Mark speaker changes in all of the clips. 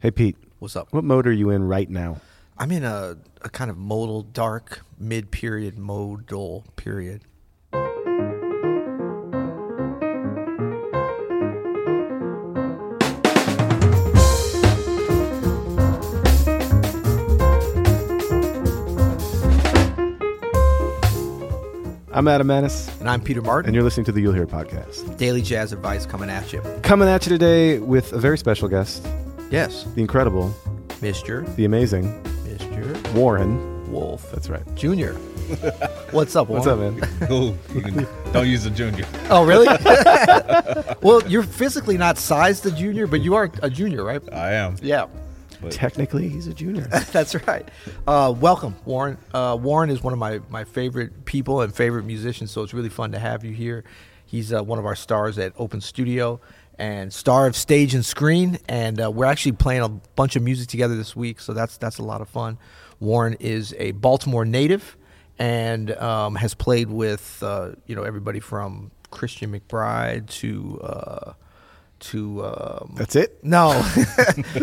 Speaker 1: Hey, Pete,
Speaker 2: What's up?
Speaker 1: what mode are you in right now?
Speaker 2: I'm in a, a kind of modal, dark, mid period, modal period.
Speaker 1: I'm Adam Manis,
Speaker 2: And I'm Peter
Speaker 1: and
Speaker 2: Martin,
Speaker 1: you're listening to the You'll Hear podcast.
Speaker 2: Daily Jazz Advice coming at you.
Speaker 1: Coming at you today with a very special guest,
Speaker 2: Yes,
Speaker 1: the incredible,
Speaker 2: Mr.
Speaker 1: the amazing
Speaker 2: Mr.
Speaker 1: Warren.
Speaker 2: Wolf
Speaker 1: That's right.
Speaker 2: Jr. What's up,
Speaker 1: What's up,
Speaker 2: Warren?
Speaker 1: man?
Speaker 3: Cool. You can- don't use the junior.
Speaker 2: Oh, really? well, you're physically not sized a junior, but you are a junior, right?
Speaker 3: I am.
Speaker 2: Yeah.
Speaker 1: Technically, he's a junior.
Speaker 2: That's right. Uh, welcome, Warren. Uh, Warren is one of my, my favorite people and favorite musicians, so it's really fun to have you here. He's uh, one of our stars at Open Studio and star of stage and screen, and uh, we're actually playing a bunch of music together this week, so that's that's a lot of fun. Warren is a Baltimore native and um, has played with uh, you know everybody from Christian McBride to uh, to um,
Speaker 1: That's it.
Speaker 2: no,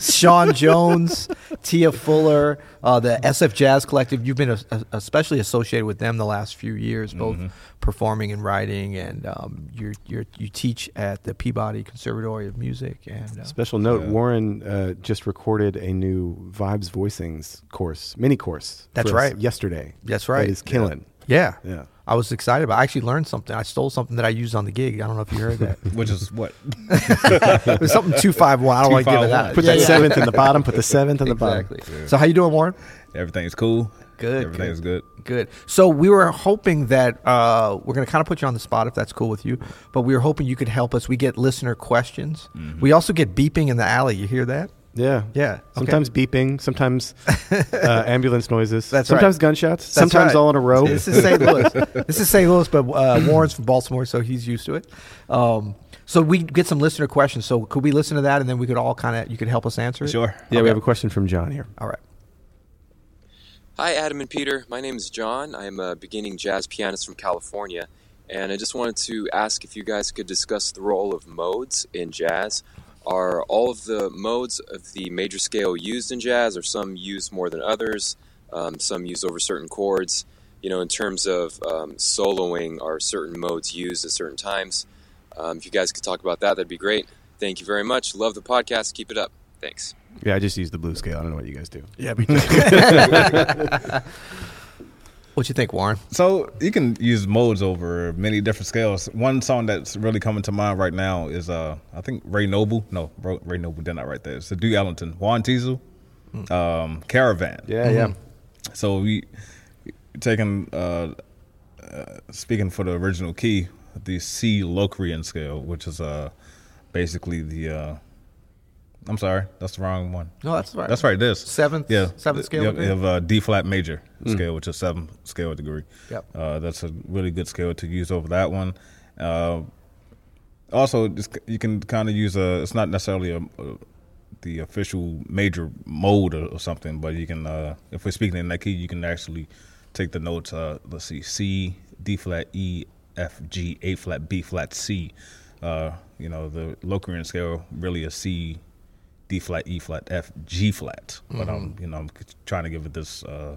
Speaker 2: Sean Jones, Tia Fuller, uh, the SF Jazz Collective. You've been a, a- especially associated with them the last few years, both performing and writing, and um, you're, you're, you teach at the Peabody Conservatory of Music. And uh,
Speaker 1: Special note: Warren uh, just recorded a new Vibes Voicings course, mini course.
Speaker 2: That's
Speaker 1: for us
Speaker 2: right.
Speaker 1: Yesterday.
Speaker 2: That's right.
Speaker 1: That is killing.
Speaker 2: yeah,
Speaker 1: Yeah.
Speaker 2: I was excited. About, I actually learned something. I stole something that I used on the gig. I don't know if you heard that.
Speaker 3: Which is what?
Speaker 2: it was something two five one. I don't want to give it
Speaker 3: 251.
Speaker 2: out.
Speaker 1: Put
Speaker 2: Yeah,
Speaker 1: that
Speaker 2: yeah.
Speaker 1: seventh in the bottom. Put the seventh in the
Speaker 2: Exactly.
Speaker 1: bottom.
Speaker 2: So how you doing, Warren?
Speaker 3: Everything's cool.
Speaker 2: Good,
Speaker 3: Everything's good.
Speaker 2: Good. So we were hoping that uh, we're going to kind of put you on the spot if that's cool with you, but we were hoping you could help us. We get listener questions.
Speaker 1: Mm-hmm.
Speaker 2: We also get beeping in the alley. You hear that?
Speaker 1: Yeah.
Speaker 2: Yeah, okay.
Speaker 1: Sometimes beeping. Sometimes uh, ambulance noises.
Speaker 2: That's right.
Speaker 1: sometimes gunshots.
Speaker 2: That's
Speaker 1: sometimes
Speaker 2: right.
Speaker 1: all in a row.
Speaker 2: This is St. Louis. this is St. Louis, but uh, Warren's from Baltimore, so he's used to it. Um, so we get some listener questions. So could we listen to that, and then we could all kind of you could help us answer it?
Speaker 3: Sure.
Speaker 1: Yeah, we have a question from John here.
Speaker 2: All right.
Speaker 4: Hi, Adam and Peter. My name is John. I'm a beginning jazz pianist from California, and I just wanted to ask if you guys could discuss the role of modes in jazz. Are all of the modes of the major scale used in jazz? Are some used more than others? Um, some used over certain chords? You know, in terms of um, soloing, are certain modes used at certain times? Um, if you guys could talk about that, that'd be great. Thank you very much. Love the podcast. Keep it up. Thanks.
Speaker 1: Yeah, I just use the blue scale. I don't know what you guys do.
Speaker 2: Yeah. Me too. what you think, Warren?
Speaker 3: So you can use modes over many different scales. One song that's really coming to mind right now is uh I think Ray Noble. No, Ro- Ray Noble did not write that. It's the Duke Ellington, Juan Teasel,
Speaker 2: Hmm.
Speaker 3: um, Caravan.
Speaker 1: Yeah, yeah.
Speaker 3: So we taking uh, uh, speaking for the original key, the C Locrian scale, which is uh basically the uh I'm sorry, that's the wrong one.
Speaker 2: No, that's right.
Speaker 3: That's right. This
Speaker 2: Seventh-
Speaker 3: yeah,
Speaker 2: seventh scale
Speaker 3: You have,
Speaker 2: degree?
Speaker 3: you have uh, D flat major scale, which is seventh scale degree.
Speaker 2: Yep.
Speaker 3: uh, that's a really good scale to use over that one. Uh, also, it's, you can kind of use a. It's not necessarily a, a the official major mode or, or something, but you can. Uh, if we're speaking in that key, you can actually take the notes. Uh, let's see, C, D flat, E, F, G, A flat, B flat, C. Uh, you know, the Locrian scale really a C, D flat, E flat, F, G flat. But I'm, you know, I'm trying to give it this uh,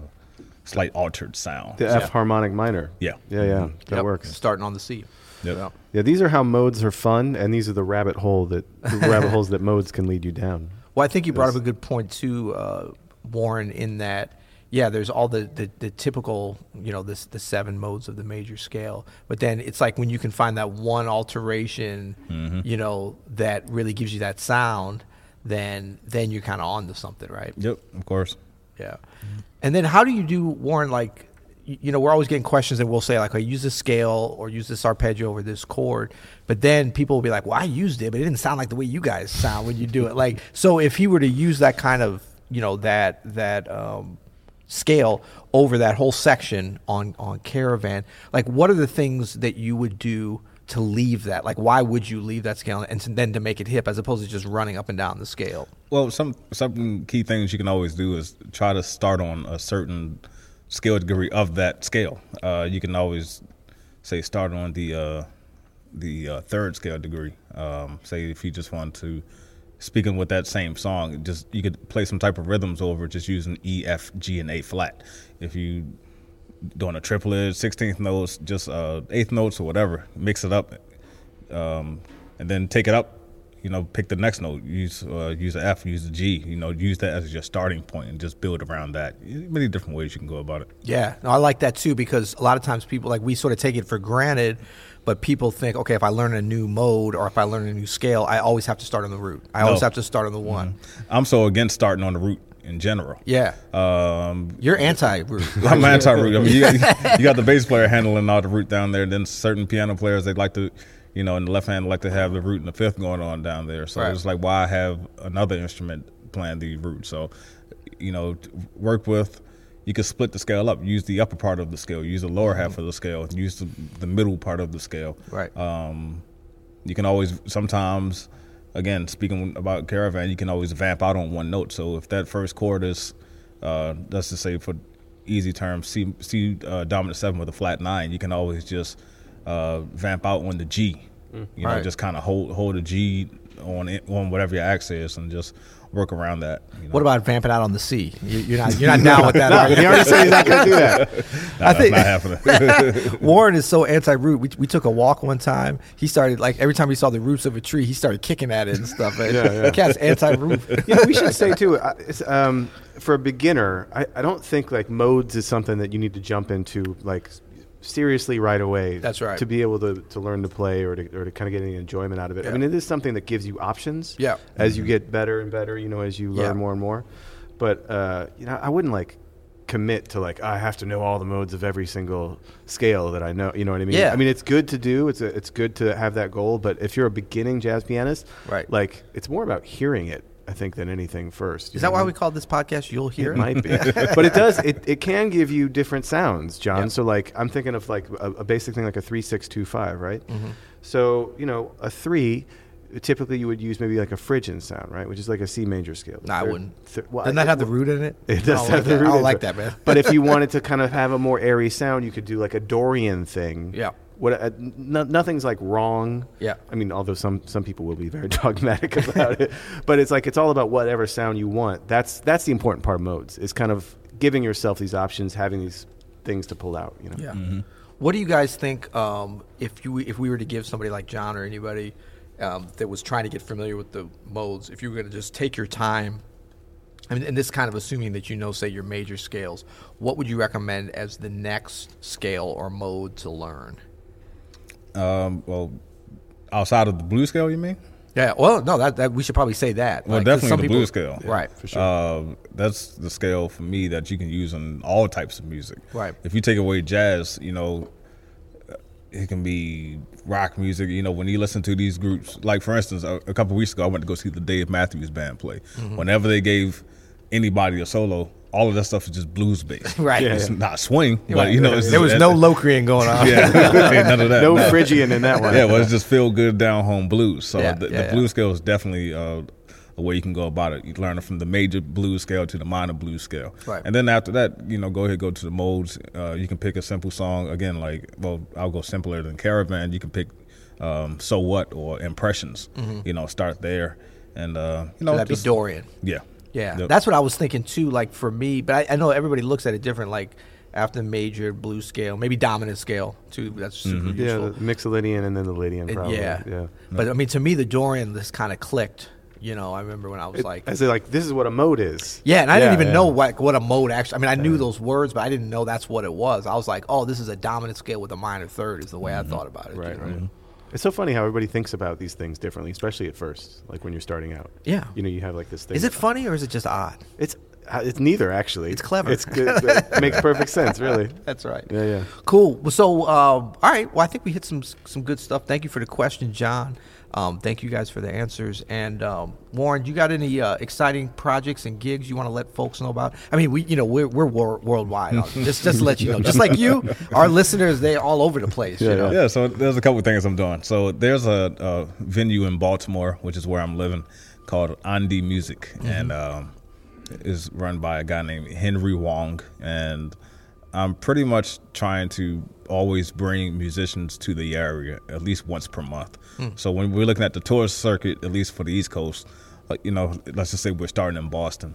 Speaker 3: slight altered sound.
Speaker 1: The F harmonic minor.
Speaker 3: Yeah.
Speaker 1: Yeah, yeah. That
Speaker 2: Yep.
Speaker 1: works.
Speaker 2: Starting on the C.
Speaker 3: Yep.
Speaker 2: Yeah.
Speaker 1: Yeah, these are how modes are fun, and these are the rabbit hole that the rabbit holes that modes can lead you down.
Speaker 2: Well, I think you brought up a good point too, uh, Warren. In that, yeah, there's all the, the the typical, you know, this the seven modes of the major scale. But then it's like when you can find that one alteration, you know, that really gives you that sound, then then you're kind of on to something, right?
Speaker 3: Yep, of course.
Speaker 2: Yeah. And then how do you do Warren like y- you know, we're always getting questions that we'll say like, "I use this scale or use this arpeggio over this chord," but then people will be like, "Well, I used it, but it didn't sound like the way you guys sound when you do it." Like, so if he were to use that kind of, you know, that that um, scale over that whole section on on Caravan, like, what are the things that you would do to leave that? Like, why would you leave that scale and to, then to make it hip as opposed to just running up and down the scale?
Speaker 3: Well, some some key things you can always do is try to start on a certain scale degree of that scale. Uh, you can always say start on the uh, the uh, third scale degree. Um, say if you just want to speaking with that same song. Just you could play some type of rhythms over it, just using E, F, G, and A flat. If you doing a triplet, sixteenth notes, just uh, eighth notes or whatever, mix it up, um, and then take it up. You know, pick the next note. Use uh, use a F, use a G. You know, use that as your starting point and just build around that. Many different ways you can go about it.
Speaker 2: Yeah, no, I like that too because a lot of times people like we sort of take it for granted, but people think, okay, if I learn a new mode or if I learn a new scale, I always have to start on the root. I always
Speaker 3: No.
Speaker 2: have to start on the one.
Speaker 3: I'm so against starting on the root in general.
Speaker 2: Yeah,
Speaker 3: Um,
Speaker 2: you're anti root.
Speaker 3: I'm anti root. I mean, you got, you got the bass player handling all the root down there. Then certain piano players they like to, you know, in the left hand like to have the root and the fifth going on down there. So
Speaker 2: Right.
Speaker 3: it's like why have another instrument playing the root? So, you know, t- work with. You can split the scale up. Use the upper part of the scale. Use the lower half of the scale. Use the, the middle part of the scale
Speaker 2: right.
Speaker 3: Um, you can always sometimes again speaking about caravan you can always vamp out on one note so if that first chord is uh let's just say for easy terms c c uh, dominant seven with a flat nine you can always just uh vamp out on the g you know
Speaker 2: Mm. Right.
Speaker 3: just kind of hold hold a g on it on whatever your axe is and just work around that you know?
Speaker 2: what about vamping out on the sea? You- You're not you're not down with that. are you?
Speaker 1: He already said he's not going to do that.
Speaker 3: Nah,
Speaker 2: I
Speaker 3: that's
Speaker 2: think-
Speaker 3: not happening
Speaker 2: Warren is so anti-root. We, we took a walk one time. He started like every time he saw the roots of a tree, he started kicking at it and stuff. And
Speaker 1: Yeah, yeah.
Speaker 2: The cat's anti-root.
Speaker 1: You know, we should say too. I- It's, um, for a beginner, I, I don't think like modes is something that you need to jump into like s- seriously right away.
Speaker 2: That's right.
Speaker 1: To be able to, to learn to play or to, or to kind of get any enjoyment out of it.
Speaker 2: Yeah.
Speaker 1: I mean, it is something that gives you options.
Speaker 2: Yeah.
Speaker 1: As you get better and better, you know, as you learn
Speaker 2: Yeah.
Speaker 1: more and more. But uh, you know, I wouldn't like commit to like I have to know all the modes of every single scale that I know. You know what I mean?
Speaker 2: Yeah.
Speaker 1: I mean, it's good to do. It's a, it's good to have that goal. But if you're a beginning jazz pianist,
Speaker 2: Right.
Speaker 1: Like it's more about hearing it, I think, than anything first. you
Speaker 2: Is that
Speaker 1: know
Speaker 2: why
Speaker 1: what
Speaker 2: we call this podcast "You'll Hear"?
Speaker 1: I mean? It might be, but it does. It, it can give you different sounds, John.
Speaker 2: Yeah.
Speaker 1: So like I'm thinking of like a, a basic thing like a three six two five, right?
Speaker 2: Mm-hmm.
Speaker 1: So you know a three. Typically, you would use maybe like a Phrygian sound, right? Which is like a C major scale.
Speaker 2: No, I
Speaker 1: Thir-
Speaker 2: wouldn't.
Speaker 1: thir- well,
Speaker 2: Doesn't
Speaker 1: I-
Speaker 2: that have the
Speaker 1: well,
Speaker 2: root in it?
Speaker 1: it
Speaker 2: I
Speaker 1: does
Speaker 2: don't
Speaker 1: have
Speaker 2: like
Speaker 1: the
Speaker 2: that.
Speaker 1: root.
Speaker 2: I don't
Speaker 1: in
Speaker 2: like
Speaker 1: it.
Speaker 2: that, man.
Speaker 1: But if you wanted to kind of have a more airy sound, you could do like a Dorian thing.
Speaker 2: Yeah.
Speaker 1: What? Uh, no, nothing's like wrong.
Speaker 2: Yeah.
Speaker 1: I mean, although some some people will be very dogmatic about it, but it's like it's all about whatever sound you want. That's that's the important part of modes. Is kind of giving yourself these options, having these things to pull out. You know.
Speaker 2: Yeah.
Speaker 3: Mm-hmm.
Speaker 2: What do you guys think? Um, if you if we were to give somebody like John or anybody um, that was trying to get familiar with the modes, if you were going to just take your time, I mean, and this kind of assuming that you know, say, your major scales, what would you recommend as the next scale or mode to learn?
Speaker 3: um well outside of the blue scale you mean
Speaker 2: Yeah. Well, no, that, that we should probably say that.
Speaker 3: Well,
Speaker 2: Like, 'cause
Speaker 3: definitely
Speaker 2: some
Speaker 3: the
Speaker 2: people-
Speaker 3: blues scale.
Speaker 2: Right.
Speaker 1: for sure.
Speaker 3: Uh, that's the scale for me that you can use in all types of music.
Speaker 2: Right.
Speaker 3: If you take away jazz, you know, it can be rock music. You know, when you listen to these groups, like for instance, a, a couple weeks ago, I went to go see the Dave Matthews Band play.
Speaker 2: Mm-hmm.
Speaker 3: Whenever they gave anybody a solo, all of that stuff is just blues based.
Speaker 2: Right.
Speaker 3: It's not swing, but you know, it's
Speaker 2: there was
Speaker 3: just-
Speaker 2: no locrian going on.
Speaker 3: Yeah, ain't none of that.
Speaker 1: No Phrygian in that one.
Speaker 3: Yeah, well, it's just feel good down home blues. So
Speaker 2: Yeah,
Speaker 3: the,
Speaker 2: yeah,
Speaker 3: the
Speaker 2: yeah.
Speaker 3: blues scale is definitely uh, a way you can go about it. You learn it from the major blues scale to the minor blues scale,
Speaker 2: Right.
Speaker 3: and then after that, you know, go ahead go to the modes. Uh, you can pick a simple song again, like well, I'll go simpler than Caravan. You can pick um, so what or impressions. You know, start there, and uh, you
Speaker 2: Mm-hmm.
Speaker 3: know
Speaker 2: So that'd be
Speaker 3: just-
Speaker 2: Dorian.
Speaker 3: Yeah,
Speaker 2: Yeah,
Speaker 3: Yep.
Speaker 2: that's what I was thinking too. Like for me, but I, I know everybody looks at it different. Like after major blue scale, maybe dominant scale too. That's super
Speaker 1: Yeah,
Speaker 2: useful.
Speaker 1: the Mixolydian and then the Lydian.
Speaker 2: It-
Speaker 1: Probably.
Speaker 2: yeah,
Speaker 1: Yeah.
Speaker 2: But I mean, to me, the Dorian this kind of clicked. You know, I remember when I was like,
Speaker 1: As they like, this is what a mode is.
Speaker 2: yeah, and I didn't even
Speaker 1: yeah.
Speaker 2: know what what a mode actually. I mean, I knew those words, but I didn't know that's what it was. I was like, oh, this is a dominant scale with a minor third. Is the way I thought about it. you
Speaker 1: Right,
Speaker 2: know?
Speaker 1: right. Mm-hmm. It's so funny how everybody thinks about these things differently, especially at first, like when you're starting out.
Speaker 2: Yeah.
Speaker 1: You know, you have like this thing.
Speaker 2: Is it funny or is it just odd?
Speaker 1: It's uh, it's neither actually.
Speaker 2: It's clever.
Speaker 1: It's good. it makes perfect sense, really.
Speaker 2: That's right.
Speaker 1: Yeah, yeah.
Speaker 2: Cool. Well, So, um, all right. Well, I think we hit some some good stuff. Thank you for the question, John. Um, thank you guys for the answers. And um, Warren, you got any uh, exciting projects and gigs you want to let folks know about? I mean, we you know we're we're wor- worldwide. on- just just to let you know, just like you, our listeners they're all over the place. you
Speaker 1: Yeah,
Speaker 2: know?
Speaker 3: Yeah, so there's a couple of things I'm doing. So there's a, a venue in Baltimore, which is where I'm living, called Andy Music,
Speaker 2: Mm-hmm.
Speaker 3: and um, is run by a guy named Henry Wong. And I'm pretty much trying to always bring musicians to the area at least once per month. So when we're looking at the tourist circuit, at least for the East Coast, like you know, let's just say we're starting in Boston.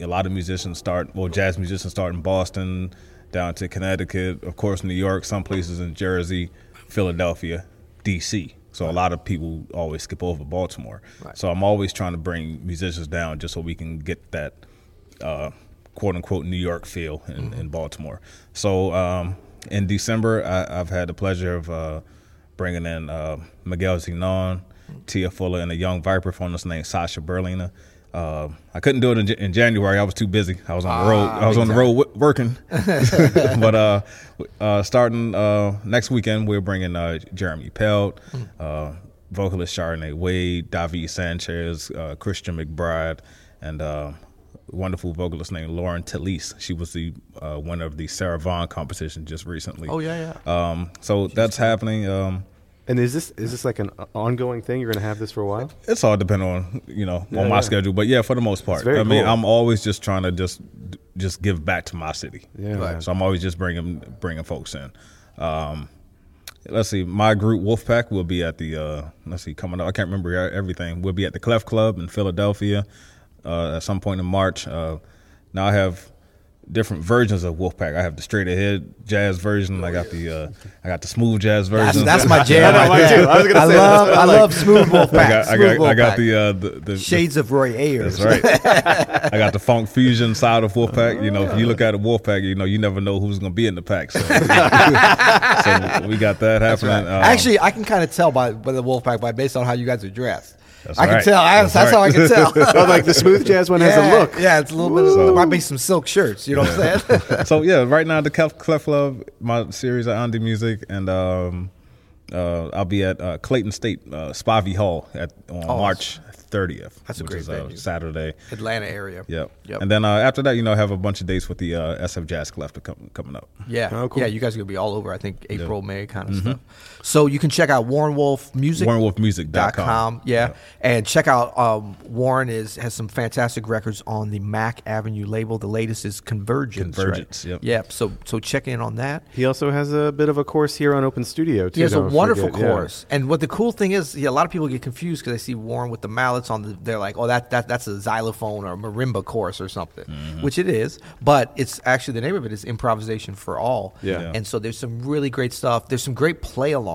Speaker 3: A lot of musicians start, well, jazz musicians start in Boston, down to Connecticut, of course, New York, some places in Jersey, Philadelphia, D.C. So a lot of people always skip over Baltimore. So I'm always trying to bring musicians down just so we can get that uh, quote unquote New York feel in, in Baltimore. So um, in December, I, I've had the pleasure of uh, bringing in uh, Miguel Zenon, Tia Fuller, and a young Viper phonist named Sasha Berlina. Uh, I couldn't do it in, J- in January. I was too busy. I was on the road. I was on the road w- working. but uh, w- uh, starting uh, next weekend, we're bringing uh, Jeremy Pelt, uh, vocalist Chardonnay Wade, David Sanchez, uh, Christian McBride, and uh, wonderful vocalist named Lauren Talese. She was the uh, winner of the Sarah Vaughan competition just recently.
Speaker 2: Oh, yeah,
Speaker 3: yeah. Um, so that's happening. Um,
Speaker 1: And is this is this like an ongoing thing? You're going to have this for a while?
Speaker 3: it's all depending on you know on my
Speaker 1: yeah.
Speaker 3: schedule, but yeah, for the most part,
Speaker 1: very
Speaker 3: I mean,
Speaker 1: cool.
Speaker 3: I'm always just trying to just just give back to my city.
Speaker 1: Yeah, Right. man.
Speaker 3: So I'm always just bringing bringing folks in. Um, let's see, my group Wolfpack will be at the uh, let's see coming up. I can't remember e-, everything. We'll be at the Clef Club in Philadelphia uh, at some point in March. Uh, now I have different versions of Wolfpack. I have the straight ahead jazz version. I got the uh, I got the smooth jazz
Speaker 2: That's,
Speaker 3: version.
Speaker 2: that's my jam.
Speaker 1: I know,
Speaker 2: right
Speaker 1: mine too.
Speaker 2: there.
Speaker 1: I was gonna
Speaker 2: I
Speaker 1: say, that's
Speaker 2: love,
Speaker 1: what I
Speaker 2: I
Speaker 1: like.
Speaker 2: love smooth wolf
Speaker 3: I
Speaker 2: pack.
Speaker 3: got, I
Speaker 2: smooth
Speaker 3: got,
Speaker 2: wolf
Speaker 3: I got
Speaker 2: pack.
Speaker 3: the, uh, the, the
Speaker 2: shades of Roy Ayers.
Speaker 3: That's right. I got the funk fusion side of Wolfpack. You know, if
Speaker 2: Oh.
Speaker 3: you look at a Wolfpack, you know, you never know who's going to be in the pack. So, so we got that happening. Um,
Speaker 2: Actually, I can kind of tell by, by the wolf pack by based on how you guys are dressed.
Speaker 3: That's
Speaker 2: I can
Speaker 3: right.
Speaker 2: tell. I, that's
Speaker 3: That's
Speaker 2: how I
Speaker 3: right.
Speaker 2: can tell.
Speaker 1: oh, like the smooth jazz one has a look.
Speaker 2: Yeah, it's a little bit. Of, might be some silk shirts. You know what I'm saying?
Speaker 3: Um, so yeah, right now the Clef, Clef Love, my series of indie music, and um, uh, I'll be at uh, Clayton State uh, Spivey Hall at on March 30th.
Speaker 2: Oh, That's a
Speaker 3: which
Speaker 2: great
Speaker 3: is, uh,
Speaker 2: venue.
Speaker 3: Saturday.
Speaker 2: Atlanta area.
Speaker 3: Yep.
Speaker 2: Yep.
Speaker 3: And then uh, after that, you know, I have a bunch of dates with the uh, SF Jazz Clef to come, coming up.
Speaker 2: Yeah.
Speaker 1: Oh, cool.
Speaker 2: Yeah, you guys are gonna be all over. I think April, May kind
Speaker 3: Mm-hmm.
Speaker 2: of stuff. So you can check out Warren Wolf Music.
Speaker 3: WarrenWolfMusic.com.
Speaker 2: dot com. Yeah. and check out um, Warren is has some fantastic records on the Mac Avenue label. The latest is Convergence. right?
Speaker 3: Convergence, yep.
Speaker 2: Yep. So so check in on that.
Speaker 1: He also has a bit of a course here on Open Studio too.
Speaker 2: He has a
Speaker 1: don't
Speaker 2: wonderful
Speaker 1: forget, yeah.
Speaker 2: course, and what the cool thing is, yeah, a lot of people get confused because they see Warren with the mallets on. The, they're like, "Oh, that, that that's a xylophone or a marimba course or something,"
Speaker 1: Mm-hmm.
Speaker 2: which it is. But it's actually the name of it is improvisation for all.
Speaker 1: Yeah. Yeah.
Speaker 2: and so there's some really great stuff. There's some great play alongs.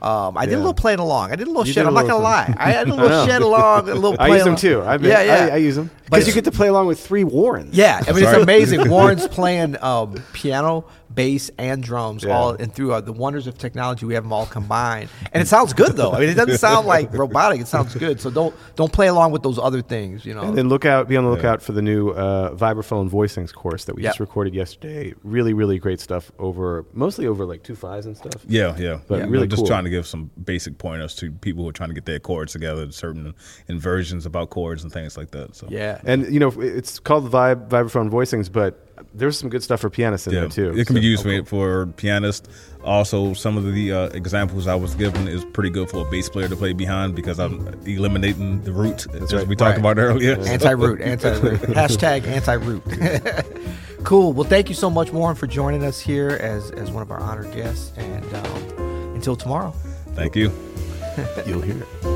Speaker 2: Um, I did a
Speaker 1: Yeah.
Speaker 2: little play along. I did a little
Speaker 1: You
Speaker 2: shed.
Speaker 1: did a
Speaker 2: I'm not gonna
Speaker 1: little
Speaker 2: lie.
Speaker 1: thing.
Speaker 2: I, I did a
Speaker 1: I
Speaker 2: little
Speaker 1: know.
Speaker 2: shed along, a little. Play
Speaker 1: I use them
Speaker 2: along.
Speaker 1: too. I mean,
Speaker 2: yeah, yeah.
Speaker 1: I, I use them
Speaker 2: But
Speaker 1: because you get
Speaker 2: it's-
Speaker 1: to play along with three Warrens.
Speaker 2: yeah, I mean it's
Speaker 3: right.
Speaker 2: amazing. Warren's playing um, piano, bass, and drums
Speaker 1: Yeah.
Speaker 2: all, and through uh, the wonders of technology, we have them all combined, and it sounds good though. I mean, it doesn't sound like robotic; it sounds good. So don't don't play along with those other things, you know.
Speaker 1: And then look out, be on the lookout for the new uh, vibraphone voicings course that we
Speaker 2: Yep.
Speaker 1: just recorded yesterday. Really, really great stuff over mostly over like two fives and stuff.
Speaker 3: Yeah, yeah.
Speaker 1: But
Speaker 3: yeah.
Speaker 1: really
Speaker 3: I'm just
Speaker 1: cool.
Speaker 3: trying to give some basic pointers to people who are trying to get their chords together, certain inversions about chords and things like that. So
Speaker 2: yeah,
Speaker 1: And you know, it's called Vibe Vibraphone Voicings, but there's some good stuff for pianists in
Speaker 3: Yeah,
Speaker 1: there too.
Speaker 3: it can
Speaker 1: So- oh,
Speaker 3: be used for, for pianists. Also, some of the uh, examples I was given is pretty good for a bass player to play behind because I'm eliminating the root, as
Speaker 1: right.
Speaker 3: we talked
Speaker 2: Right.
Speaker 3: about earlier.
Speaker 2: anti root, anti root, hashtag anti root. cool. Well, thank you so much, Warren, for joining us here as as one of our honored guests, and um, until tomorrow.
Speaker 3: Thank you.
Speaker 1: You'll hear it.